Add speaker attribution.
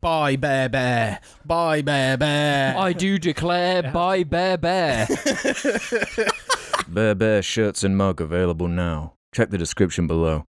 Speaker 1: Bye, Bear Bear. Bye, Bear Bear.
Speaker 2: I do declare by Bear Bear.
Speaker 3: Bear Bear shirts and mug available now. Check the description below.